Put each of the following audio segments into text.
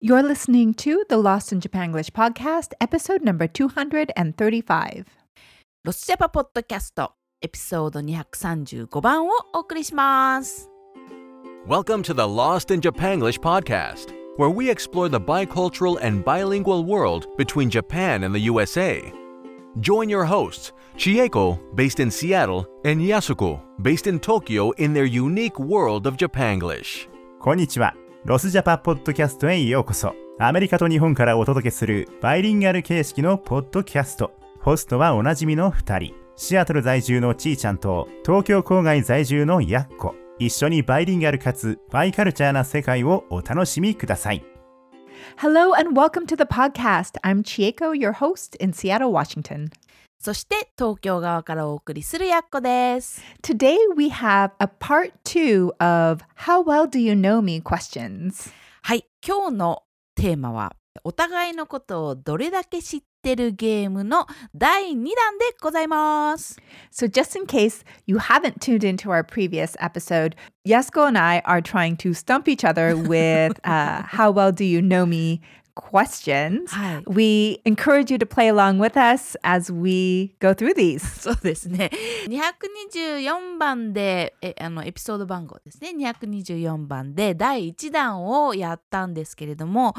You're listening to the Lost in Japanglish podcast, episode number 235. ロスジャパポッドキャストエピソード235番をお送りします。 Welcome to the Lost in Japanglish podcast, where we explore the bicultural and bilingual world between Japan and the USA. Join your hosts, Chieko, based in Seattle, and Yasuko, based in Tokyo, in their unique world of Japanglish. こんにちは。ロスジャパポッドキャストへようこそ。アメリカと日本からお届けするバイリンガル形式のポッドキャスト。ホストはおなじみの2人。シアトル在住のちーちゃんと東京郊外在住のやっこ。一緒にバイリンガルかつバイカルチャーな世界をお楽しみください。 Hello and welcome to the podcast. I'm Chieko, your host in Seattle, Washington. そして東京側からお送りするやっこです。 Today we have a part two of How Well Do You Know Me questions. はい、今日のテーマはお互いのことをどれだけ知ってるゲームの第2弾でございます。 So, just in case you haven't tuned into our previous episode, Yasko and I are trying to stump each other with uh, How Well Do You Know Me questions. はい。 We encourage you to play along with us as we go through these. そうですね。224番で、えあのエピソード番号ですね。224番で第1弾をやったんですけれども、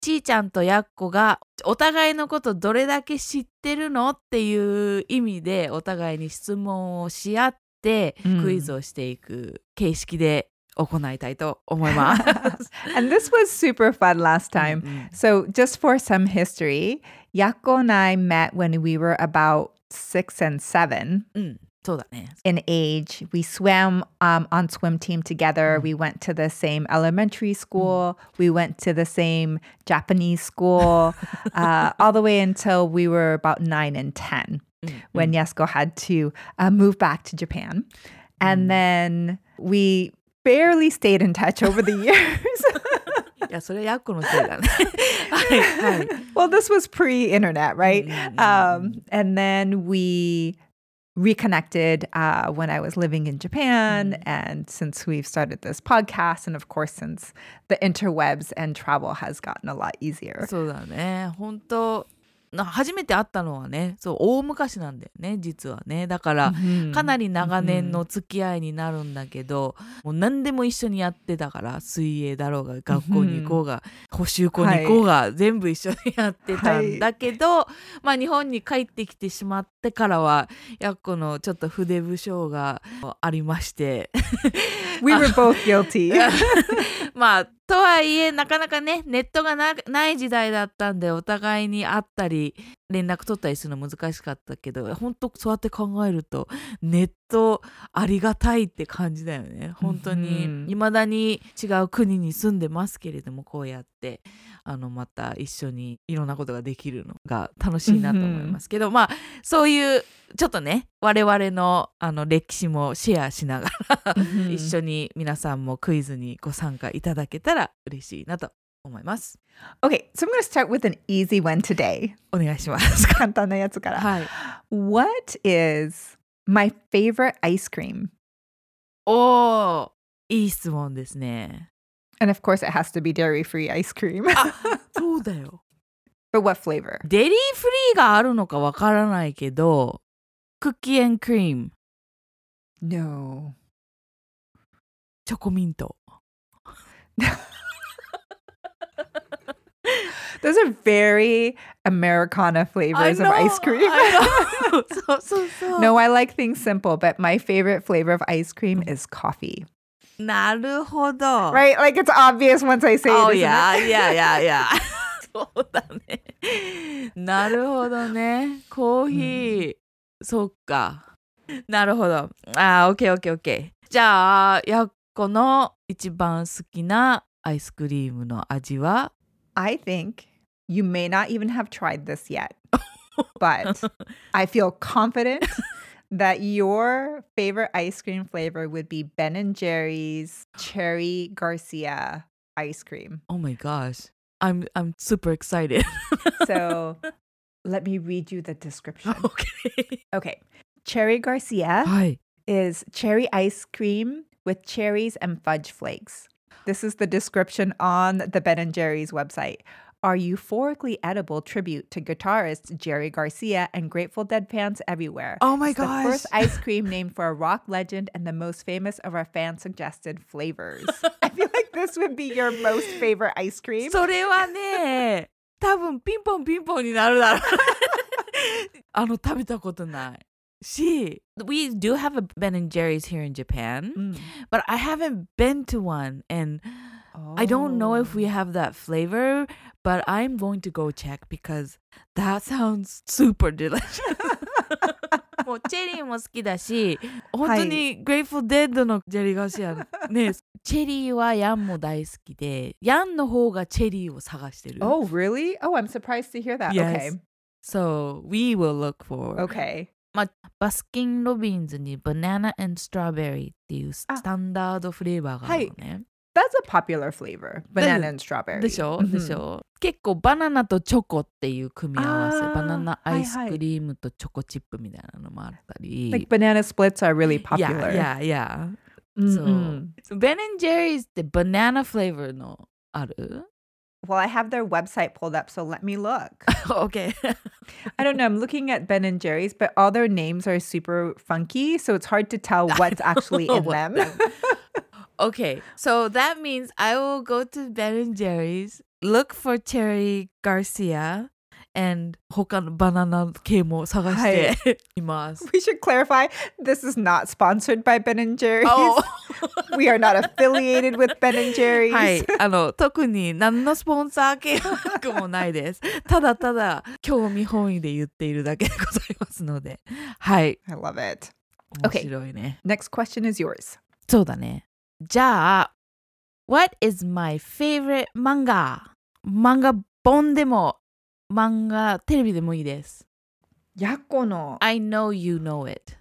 ちーちゃんとやっこがお互いのことどれだけ知ってるのっていう意味でお互いに質問をし合って、うんクイズをしていく形式で行いたいと思います。 And this was super fun last time. うん So, just for some history, Yako and I met when we were about six and seven うん、そうだね。 in age. We swam um, on swim team together. We went to the same elementary school. We went to the same Japanese school, uh, all the way until we were about nine and 10 when Yasko had to uh, move back to Japan. And then we barely stayed in touch over the years. いや、それはやっこのせいだね。はい、はい。 well, this was pre internet, right? Mm, mm, Um, and then we reconnected uh, when I was living in Japan. And since we've started this podcast, and of course, since the interwebs and travel has gotten a lot easier. そうだね本当な初めて会ったのはねそう大昔なんだよね実はねだから、かなり長年の付き合いになるんだけど、もう何でも一緒にやってたから水泳だろうが学校に行こうが、補習校に行こうが、全部一緒にやってたんだけど、まあ日本に帰ってきてしまってからはやっこのちょっと筆不詳がありまして。 We were both guilty. まあとはいえなかなかねネットがなない時代だったんでお互いに会ったり連絡取ったりするの難しかったけど本当そうやって考えるとネットありがたいって感じだよね本当うんに未だに違う国に住んでますけれどもこうやってあのまた一緒にいろんなことができるのが楽しいなと思いますけど、まあそういうちょっとね我々のあの歴史もシェアしながら一 Mm-hmm. 緒に皆さんもクイズにご参加いただけたら嬉しいなと思います。 Okay, so I'm going to start with an easy one today. お願いします。簡単なやつから。 はい。 What is my favorite ice cream? おー、いい質問ですね。 And of course, it has to be dairy free ice cream. そうだよ。 but what flavor? デリーフリーがあるのかわからないけど、クッキークリーム、 No. チョコミント。 Those are very Americana flavors of ice cream. I know. そうそうそう。 no, I like things simple, but my favorite flavor of ice cream is coffee. なるほど。 Right? Like it's obvious once I say oh, it. isn't yeah, it? yeah, yeah, yeah. そうだね。なるほどね。コーヒー。そっか。なるほど。あー、オッケーオッケーオッケー。じゃあ、やっこの一番好きなアイスクリームの味は I think you may not even have tried this yet, but I feel confident that your favorite ice cream flavor would be Ben and Jerry's Cherry Garcia ice cream. Oh my gosh. I'm, I'm super excited. So let me read you the description. okay. Okay. Cherry Garcia はい。 is cherry ice cream with cherries and fudge flakes. This is the description on the Ben and Jerry's website. Our euphorically edible tribute to guitarist Jerry Garcia and Grateful Dead fans everywhere. Oh my It's the gosh. first ice cream named for a rock legend and the most famous of our fan suggested flavors. I feel like this would be your most favorite ice cream. それはね、 多分ピンポンピンポンになるだろう。あの食べたことない。し、we do have a Ben and Jerry's here in Japan, Mm. but I haven't been to one, and I don't know if we have that flavor, but I'm going to go check because that sounds super delicious. もうチェリーも好きだ し、本当に Grateful Dead のジェリーガシアね、 チェリーはヤンも大好きで、ヤンの方がチェリーを探してる。 Oh, really? Oh, I'm surprised to hear that. Yes. So we will look for. Okay. Okay. バスキン・ロビンズにバナナ and strawberry っていうスタンダードフレーバーがあるのね。 That's a popular flavor. Banana and strawberry. でしょ、 Mhm. でしょ結構バナナとチョコっていう組み合わせあーバナナアイスはいはいクリームとチョコチップみたいなのもあったり、 Like banana splits are really popular. いやいや Mm-mm. So Ben Jerry's ってバナナフレーバーの ある Well, I have their website pulled up, so let me look. ?OK I don't know. I'm looking at Ben and Jerry's, but all their names are super funky, so it's hard to tell what's actually in What them. Okay, so that means I will go to Ben and Jerry's, look for Cherry Garcia, and 他のバナナ系も探して います。 we should clarify this is not sponsored by Ben and Jerry's. お we are not affiliated with Ben and Jerry's. はい、あの特に何のスポンサー契約もないです。ただただ興味本位で言っているだ けでございますので、はい、 I love it. 面 Okay. 白いね。 Next question is yours. そうだね。じゃあ、What is my favorite manga? 漫画本でも、漫画テレビでもいいです。 Yako no. I know you know it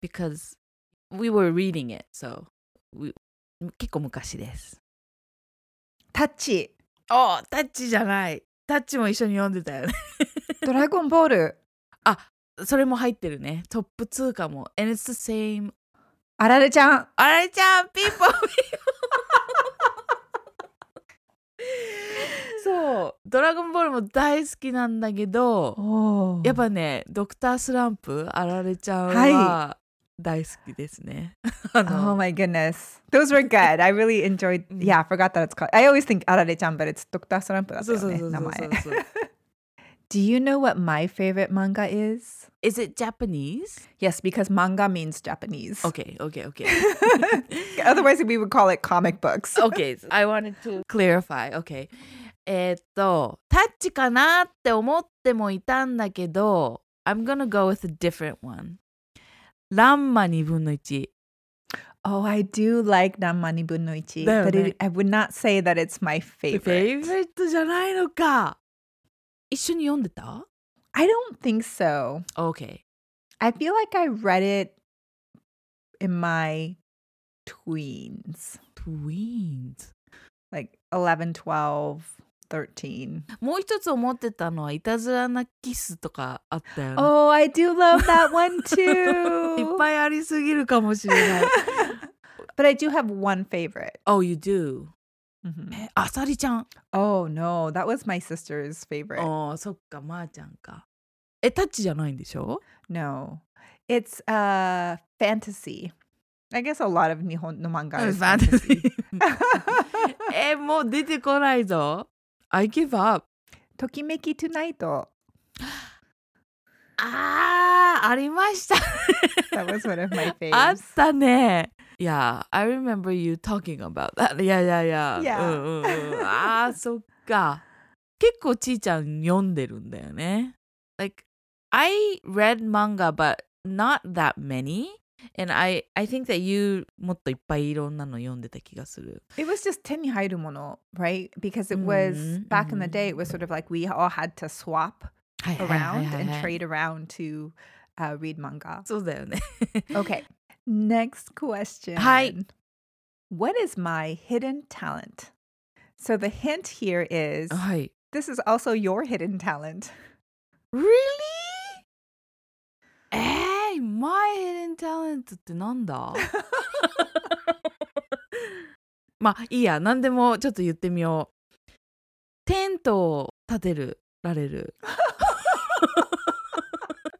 because we were reading it, so we- 結構昔です。 Tachi. おタッチじゃない。タッチも一緒に読んでたよね。 Dragon Ball. それも入ってるね。トップ通貨も。And it's the same. Arare-chan. あれちゃん、ピンポンそう。ドラゴンボールも大好きなんだけど、 Oh. やっぱね、ドクタースランプ、あられちゃんはは大好きですね。 あ Oh の my goodness. Those were good. I really enjoyed. Mm. Yeah, I forgot that it's called. I always think Arare-chan, but it's Dr. Sarampo. そうそうそうそうそう namae. Do you know what my favorite manga is? Is it Japanese? Yes, because manga means Japanese. Okay, okay, okay. Otherwise, we would call it comic books. okay, I wanted to clarify. Okay. えーっと、タッチかなって思ってもいたんだけど、I'm gonna go with a different one. ランマ2分の1。 Oh, I do like Namani Bunoichi, There, but right. it, I would not say that it's my favorite. イトじゃないのか。一緒に読んでた I don't think so. ?Okay. I feel like I read it in my tweens, Twins. like 11, 12, 13. もう一つ思ってたのは、いたずらなキスとかあったよね。 Oh, I do love that one いっ too. ぱいありすぎるかもしれない。 but I do have one favorite. oh, you do. Mhm. え、あさりちゃん。 Oh, no. That was my sister's favorite. ああ、そっか、まー、ちゃんか。え、タッチじゃないんでしょ No. It's uh fantasy. I guess a lot of Nihon no manga Oh, is ファンタジ fantasy. ー え、もう出てこないぞ。I give up。 Tokimeki Tonight. That あ Ah, あ、ありました。 was one of my あっ faves. たね。Yeah, I remember you talking about that. いやいやいや。 Yeah. うんうんうん、ああ、mm, Ah, そっか。結構ちーちゃん読んでるんだよね。Like, I read manga, but not that many. And I, I think that you もっといっぱいいろんなの読んでた気がする。 It was just Tenny Hairumono, right? Because it was Mhm, back in the mhm. day, it was sort of like we all had to swap はいはいは around いはいはい and trade around to uh, read manga. そうだ よね。 Okay. Next question. Hi. What is my hidden talent? So the hint here is はい。 this is also your hidden talent. Really? えー、My Hidden Talent ってなんだ まあいいや何でもちょっと言ってみようテントを立てるられる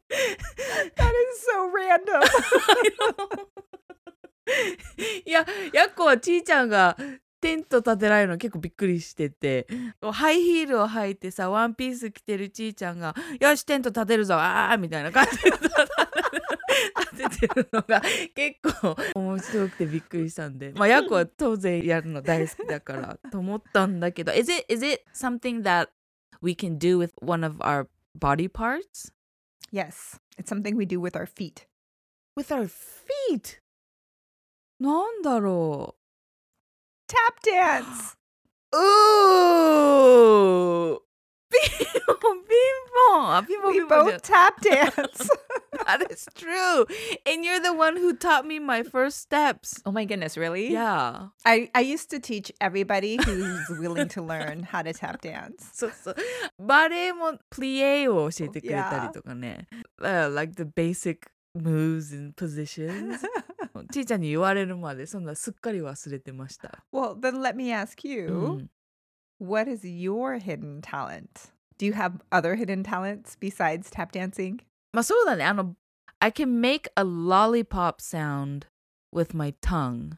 That is so random. いややっこはちいちゃんがテント立てられるの結構びっくりしててハイヒールを履いてさワンピース着てるちいちゃんが「よしテント立てるぞあー」みたいな感じで立ててるのが結構面白くてびっくりしたん でまあやっこは当然やるの大好きだからと思ったんだけど「Is it, is it something that we can do with one of our body parts?」 yes, it's something we do with our feet. With our feet? なんだろ Tap dance. ううー ピンポンピンポンあピンポンピ we ンポンじゃ both tap dance. That is true And you're the one who taught me my first steps oh my goodness, really? Yeah I, I used to teach everybody who's willing to learn how to tap dance. そうそうバレエもプリエを教えてくれたりとかね、Uh, Like the basic moves and positions ちいちゃんに言われるまでそんなすっかり忘れてました、 Well, then let me ask う you ん what is your hidden talent? Do you have other hidden talents besides tap dancing? まあそうだね。あの、I can make a lollipop sound with my tongue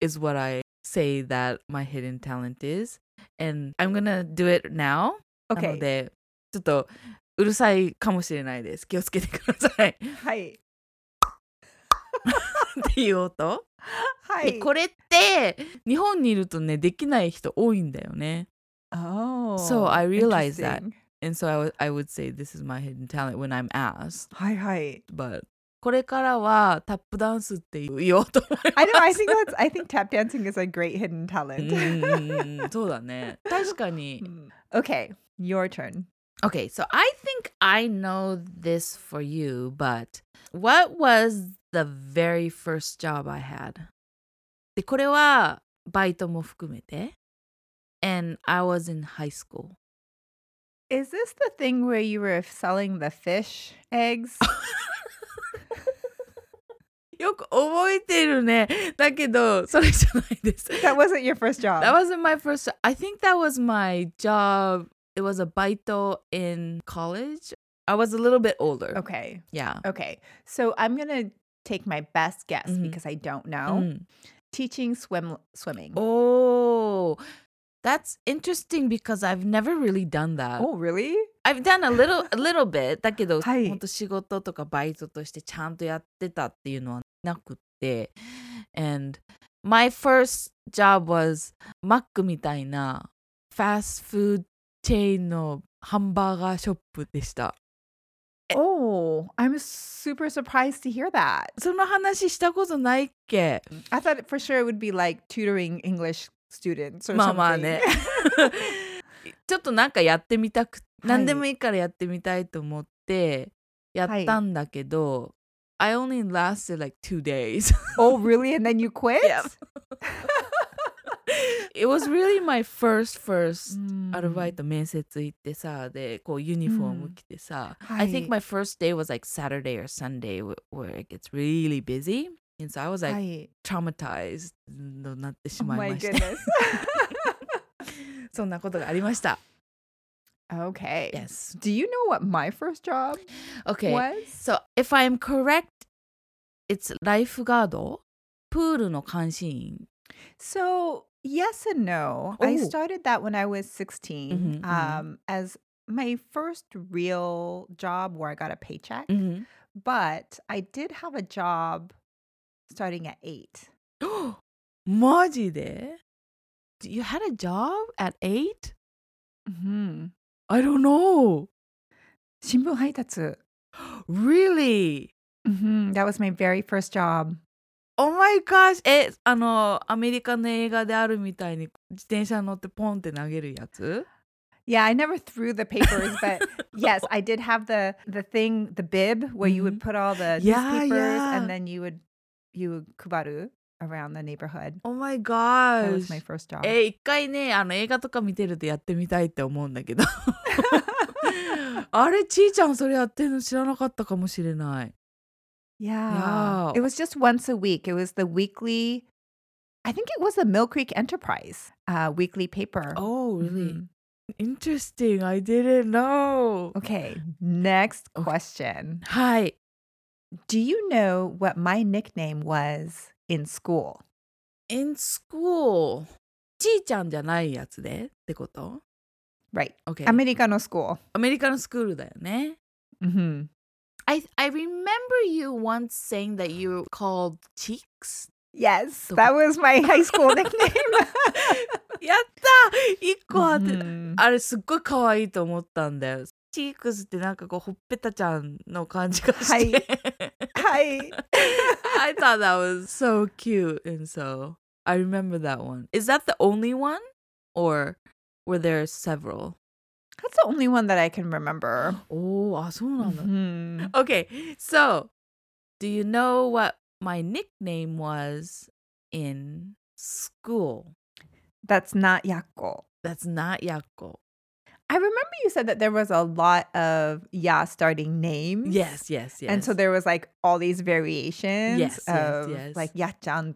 is what I say that my hidden talent is. And I'm gonna do it now. なの Okay. で、ちょっとうるさいかもしれないです。気をつけてくだ さい。っ Hi. ていう音。で Hi. これって、日本にいるとね、できない人多いんだよね。 Oh. I realized that. interesting. And so I, would- I would say this is my hidden talent when I'm asked. Hi, hi. But これからはタップダンスって言おうと思います。 I know. I think that's. I think tap dancing is a great hidden う talent. んうんう んうん Mm, そうだね。確かに。 Mm. okay, your turn. Okay, so I think I know this for you, but what was the very first job I had? で、これはバイトも含めて。And I was in high school. Is this the thing where you were selling the fish eggs? よく覚えてるね。だけど、それじゃないです。 that wasn't your first job. That wasn't my first. I think that was my job. It was a baito in college. I was a little bit older. okay. Yeah. Okay. So I'm gonna take my best guess Mhm. because I don't know. うん Teaching swim swimming. Oh, that's interesting because I've never really done that. Oh, really? I've done a little a little bit だけど、はい本当仕事とかバイトとしてちゃんとやってたっていうのはなくって。And my first job was マックみたいなファストフードチェーンのハンバーガーショップでした。Eh, Oh, I'm super surprised to hear that. その話したことないっけ I thought for sure it would be like tutoring English students or まあ something. まあね。 ちょっとなんかやってみたく、い何でもいいからやってみたいと思ってやったんだけど、I only lasted like two days. oh, really? And then you quit? Yeah. It was really my first first アルバイ Mm. ト面接行ってさ、で、こうユニフォーム着てさ、はい I think my first day was like Saturday or Sunday where where it gets really busy. And so I was like はい。 traumatized となってし Oh まい my ました。 goodness. そんなことがありました。 okay. Yes. Do you know what my first job Okay. was? So if I'm correct, it's lifeguard, プールの監視員。 So, yes and no. I Oh. started that when I was 16 Mhm, mhm. um, as my first real job where I got a paycheck. ん。 But I did have a job starting at eight. マジで ?You had a job at 8? Mm-hmm. I don't know. 新聞配達 Really? hmm That was my very first job. Oh my gosh! え、あの、アメリカの映画であるみたいに自転車に乗ってポンって投げるやつ Yeah, I never threw the papers, but yes, I did have the the thing, the bib where you would Mhm. put all the Yeah, newspapers yeah. and then you would you would kubaru around the neighborhood. Oh my That was my gosh! first job. え、一回ね、あの映画とか見てるとやってみたいって思うんだけど。 あれちいちゃんそれやってるの知らなかったかもしれない。 yeah. Wow. It was just once a week. It was the weekly I think it was the Mill Creek Enterprise uh, weekly paper. Oh, really? Mhm. Interesting. I didn't know. Okay, next question. はい。 Do you know what my nickname was in school? in school ちいちゃんじゃないやつでってこと Right. ?OK アメリカの school. アメリカのスクールだよね Mhm. I, I remember you once saying that you were called cheeks Yes, どこ that was my high school nickname. やった一個あって、 Mhm. あれすっごい可愛いと思ったんだよチークスってなんかこうほっぺたちゃんの感じがして、 Hi. I thought that was so cute and so I remember that one Is that the only one? Or were there several? That's the only one that I can remember. おおあそうなんだ Mhm. Okay, so do you know what my nickname was in school? That's not Yakko. That's not Yakko. I remember you said that there was a lot of ya starting names. Yes, yes, yes. Mm. And so there was like all these variations Yes, yes, of yes. like yachan あ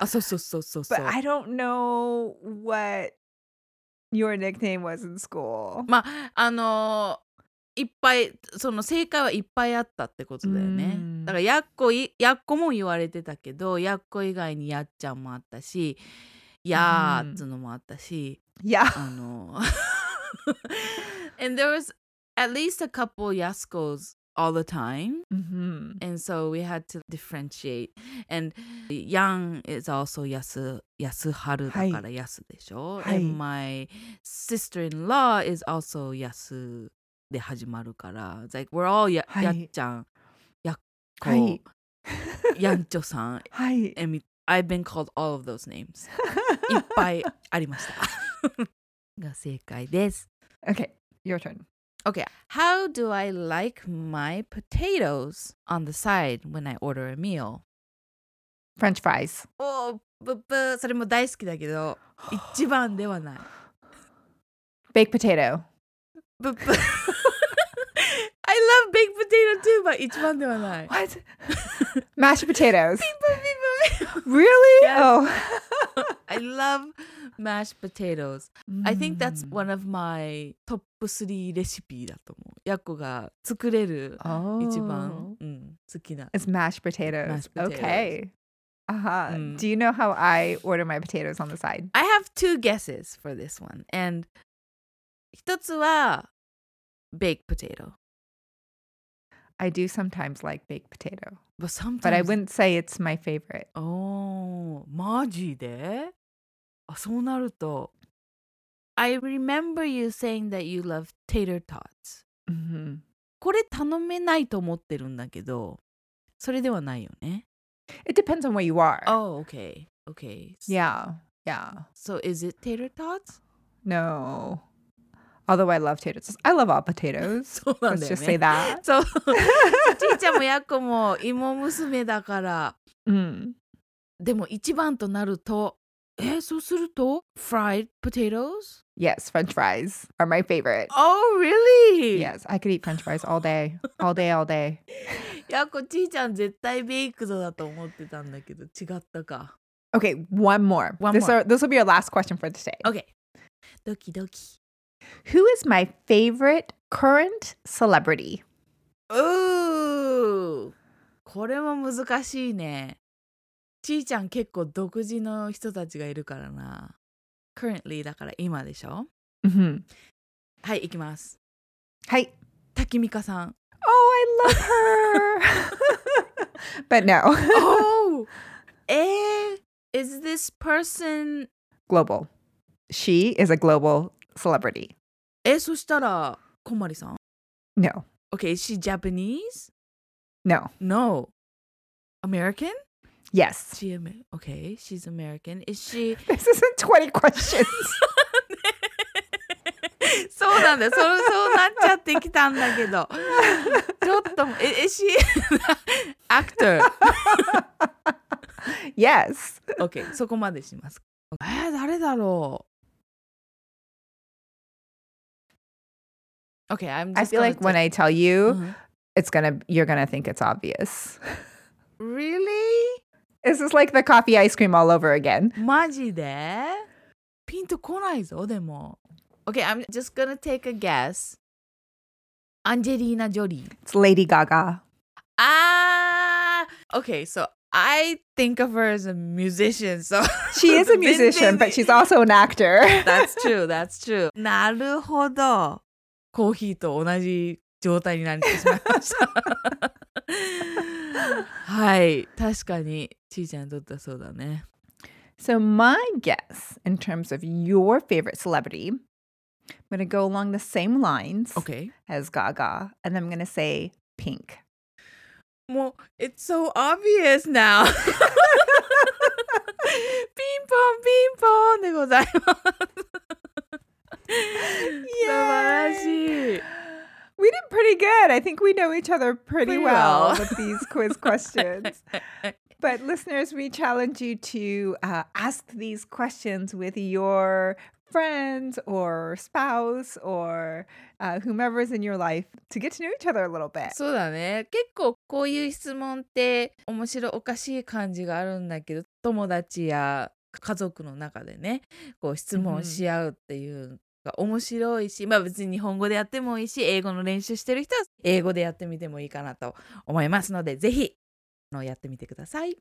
toka. そうそうそうそうそう But。I don't know what your nickname was in school. まああのーいっぱいその正解はいっぱいあったってことだよねうん。だからやっこいやっこも言われてたけどやっこ以外にやっちゃんもあったしやーっつのもあったし。 Yeah. あの and there was at least a couple Yaskos all the time. Mhm. And so we had to differentiate. And Yang is also Yasu, Yasuharu はいだから Yasu でしょ、はい And my sister-in-law is also Yasu で始まるから。It's like we're all や,、はいやっちゃん、やっこ、はいやんちょさん。 Hi. And we, I've been called all of those names. いっぱいありました。 が正解です。 Okay, your turn. Okay. How do I like my potatoes on the side when I order a meal? French fries. おーぶっぶそれも大好きだけど 一番ではない。 Baked potato. ぶっぶ I love baked potato too, but 一番ではない。 What? Mashed potatoes. ピンポンピンポン Really? Yes. Oh. I love mashed potatoes. I Mm. think that's one of my top 3レシピだと思う。ヤッコが作れる Oh. 一番、うん、好きな。 It's mashed potatoes. Mashed potatoes. Okay. Uh-huh. Mm. Do you know how I order my potatoes on the side? I have two guesses for this one. And 一つは baked potato. I do sometimes like baked potato, But sometimes... but I wouldn't say it's my favorite. おーマジであ、そうなると。I remember you saying that you love tater tots. Mhm. これ頼めないと思ってるんだけど、それではないよね。 It depends on where you are. Oh, okay. Okay. Yeah. Yeah. So is it tater tots? No. Although I love potatoes. I love all potatoes. そうなん Let's だよ just say ね。 that. そう。ちいちゃんもやっこも芋娘だから。 Mm. でも一番となると、えー、そうすると fried potatoes? Yes, french fries are my favorite. Oh, really? Yes, I could eat french fries all day. All day, all day. いや、こっちいちゃん絶対ベイクドだと思ってたんだけど、違ったか。 Okay, one more. One this more. Are, this will be our last question for today. OK。ドキドキ。 Who is my favorite current celebrity? うーこれも難しいね。ちいちゃん結構独自の人たちがいるからな。currently だから今でしょ Mm-hmm. はい、行きます。 Hi. 滝美香さん。 Oh, I love her. but no, oh! えー、is this person global. She is a global celebrity. え、そしたら、こんまりさん No, ?Okay, is she Japanese? no. No. American? Yes. She Amer- okay, she's American. Is she This isn't 20 questions. そうなんだよ。そそうなっちゃってきたんだけど。 ちょっと、え、え、し、actor。 yes. OK、そこまでします。えー、誰だろう ?OK、I'm just I feel like when I tell you, Mhm. it's gonna you're gonna think it's obvious. Really? This is like the coffee ice cream all over again. マジでピンとこないぞ、でも。Okay, I'm just gonna take a guess. アンジェリーナ・ジョリー。 It's Lady Gaga. Ah, okay. So I think of her as a musician. So She is a musician, but she's also an actor. that's true. That's true. なるほど。コーヒーと同じ状態になってしまいました。はい、確かにちーちゃんにとってはそうだね。 So, my guess in terms of your favorite celebrity, I'm going to go along the same lines Okay. as Gaga, and I'm going to say pink. もう It's so obvious now. ピンポンピンポンでございます。素晴らしい。 We did pretty good. I think we know each other pretty, Pretty well, well. with these quiz questions. but listeners, we challenge you to uh, ask these questions with your friends or spouse or uh, whomever is in your life to get to know each other a little bit. そうだね結構こういう質問って面白おかしい感じがあるんだけど友達や家族の中でねこう質うんうん問し合うっていうのが面白いし、まあ別に日本語でやってもいいし英語の練習してる人は英語でやってみてもいいかなと思いますのでぜひあのやってみてください。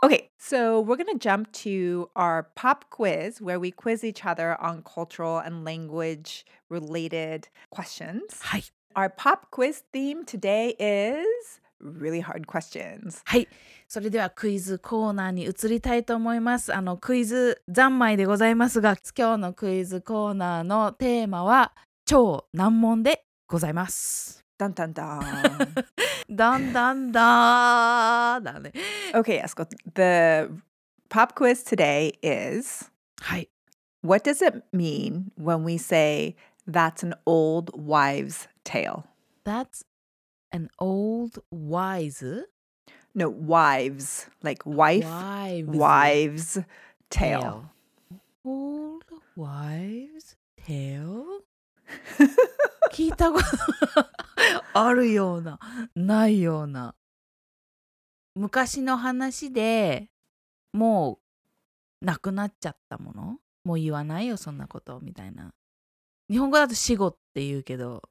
Okay, so we're going to jump to our pop quiz where we quiz each other on cultural and language related questions. はい Our pop quiz theme today is really hard questions. はいそれではクイズコーナーに移りたいと思いますあのクイズ三昧でございますが今日のクイズコーナーのテーマは超難問でございます Dun dun dun. だんだんだーだね okay, Esko, the pop quiz today is はい what does it mean when we say that's an old wives' tale? That's an old wise No, wives, like wife, wives wives' tale. old wives tale 聞いたこと あるようなないような昔の話でもうなくなっちゃったものもう言わないよそんなことみたいな日本語だと死語って言うけど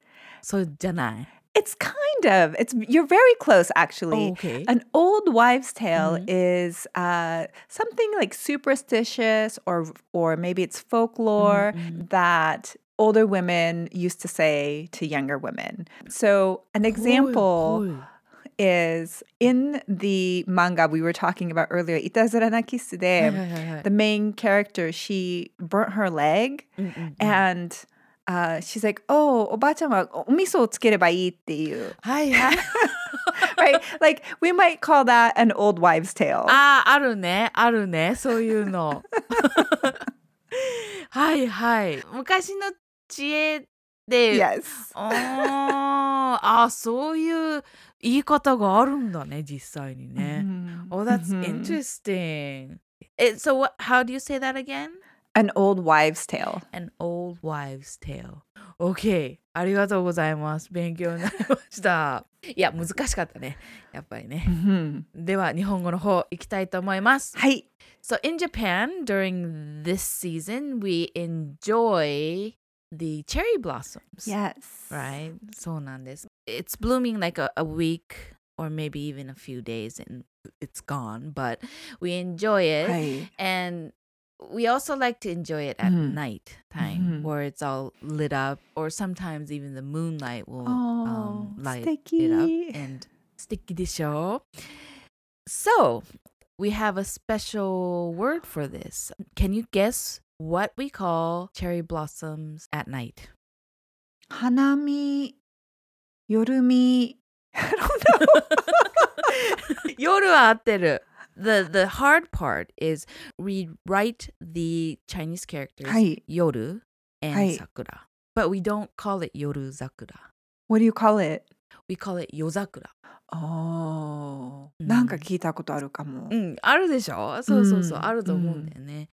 それじゃない、 It's kind of, it's you're very close actually. okay. An old wives' tale Mhm. is uh, something like superstitious, or or maybe it's folklore Mhm. that older women used to say to younger women. So an example ぽいぽい is in the manga we were talking about earlier, Itazura na Kisu は de, いはいはいはい the main character she burnt her leg うんうんうん and. Uh, she's like, oh, おばあちゃんはお味噌をつければいいっていう。はいはい right? Like we might call that an old wives' tale. あああるねあるねそういうのはいはい昔の知恵で、 yes. おーあーそういう言い方があるんだね実際にね、 Mhm. Oh that's Mhm. interesting Eh, so what, how do you say that again? An old wives' tale. An old wives tale OK ありがとうございます勉強になりましたいや難しかったねやっぱりね Mhm. では日本語の方行きたいと思います Hi. So in Japan, during this season, we enjoy the cherry blossoms. Yes. Right? そうなんです。It's blooming like a, a week or maybe even a few days and it's gone, but we enjoy it. Hi. And we also like to enjoy it at Mhm. night Mhm. time where it's all lit up, or sometimes even the moonlight will um, Oh, light it sticky. up and sticky the show. So we have a special word for this. Can you guess what we call cherry blossoms at night? Hanami. Yorumi. I don't know. 夜は合ってる。The the hard part is we write the Chinese characters はい。 yoru and はい。 sakura. But we don't call it yoru zakura. what do you call it? We call it yozakura. Oh. うん。なんか聞いたことあるかも。Mm. うん、あるでしょそうそうそう、うん、あると思うんだよね。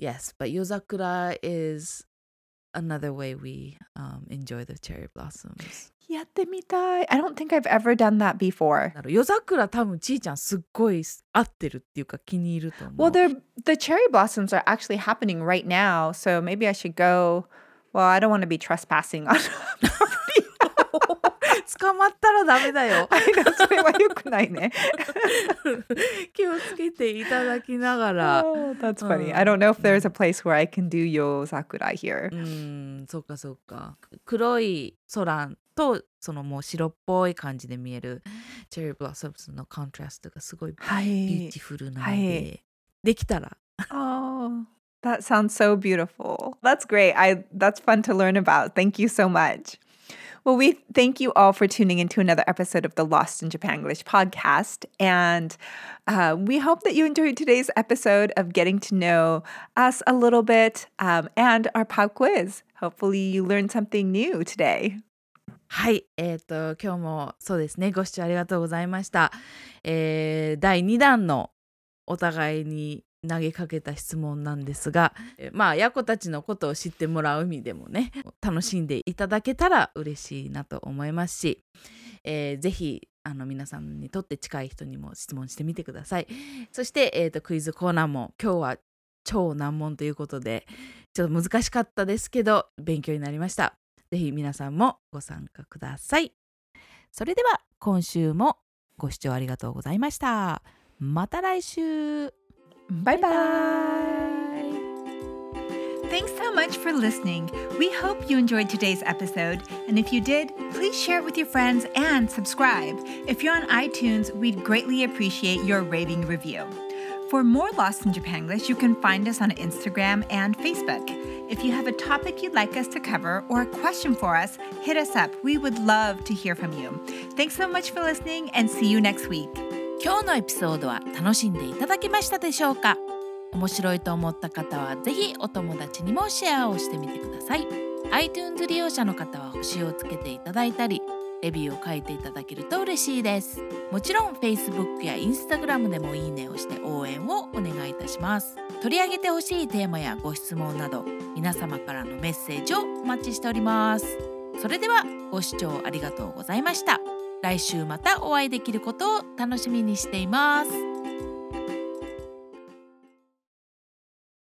Yes, but yozakura is another way we um, enjoy the cherry blossoms. やってみたい。I don't think I've ever done that before. だろ夜桜多分ちいちゃんすっごい合ってるっていうか気に入ると思 Well, う。 they're, the cherry blossoms are actually happening right now, so maybe I should go. Well, I don't want to be trespassing on. 捕まったらダメだよ。 I know, それは良くないね。気をつけていただきな がら。 oh, that's funny. I don't know if there's a place where I can do yozakura here. うーん、そうかそうか。黒い空とそのもう白っぽい感じで見えるチェリーブラソムズのコントラストがすごいはビュいーティ。フルなので、はいできたら Oh, that sounds so beautiful. That's great. I that's fun to learn about. Thank you so much. Well, we thank you all for tuning into another episode of the Lost in Japanglish podcast, and uh, we hope that you enjoyed today's episode of getting to know us a little bit um, and our pop quiz. Hopefully, you learned something new today. はい、えっ、と今日もそうですね、ご視聴ありがとうございました。えー第2弾のお互いに投げかけた質問なんですが、えーまあヤコたちのことを知ってもらう意味でもね、楽しんでいただけたら嬉しいなと思いますし、えーぜひあの皆さんにとって近い人にも質問してみてください。そしてえっ、とクイズコーナーも今日は超難問ということで、ちょっと難しかったですけど勉強になりました。ぜひ皆さんもご参加ください。それでは今週もご視聴ありがとうございました。また来週 Bye bye. Thanks so much for listening. We hope you enjoyed today's episode. And if you did, please share it with your friends and subscribe. If you're on iTunes, we'd greatly appreciate your rating review. For more Lost in Japanglish, you can find us on Instagram and Facebook. If you have a topic you'd like us to cover or a question for us, hit us up. We would love to hear from you. Thanks so much for listening and see you next week. 今日のエピソードは楽しんでいただけましたでしょうか面白いと思った方はぜひお友達にもシェアをしてみてください iTunes 利用者の方は星をつけていただいたりレビューを書いていただけると嬉しいですもちろん Facebook や Instagram でもいいねをして応援をお願いいたします取り上げてほしいテーマやご質問など皆様からのメッセージをお待ちしておりますそれではご視聴ありがとうございました来週またお会いできることを楽しみにしています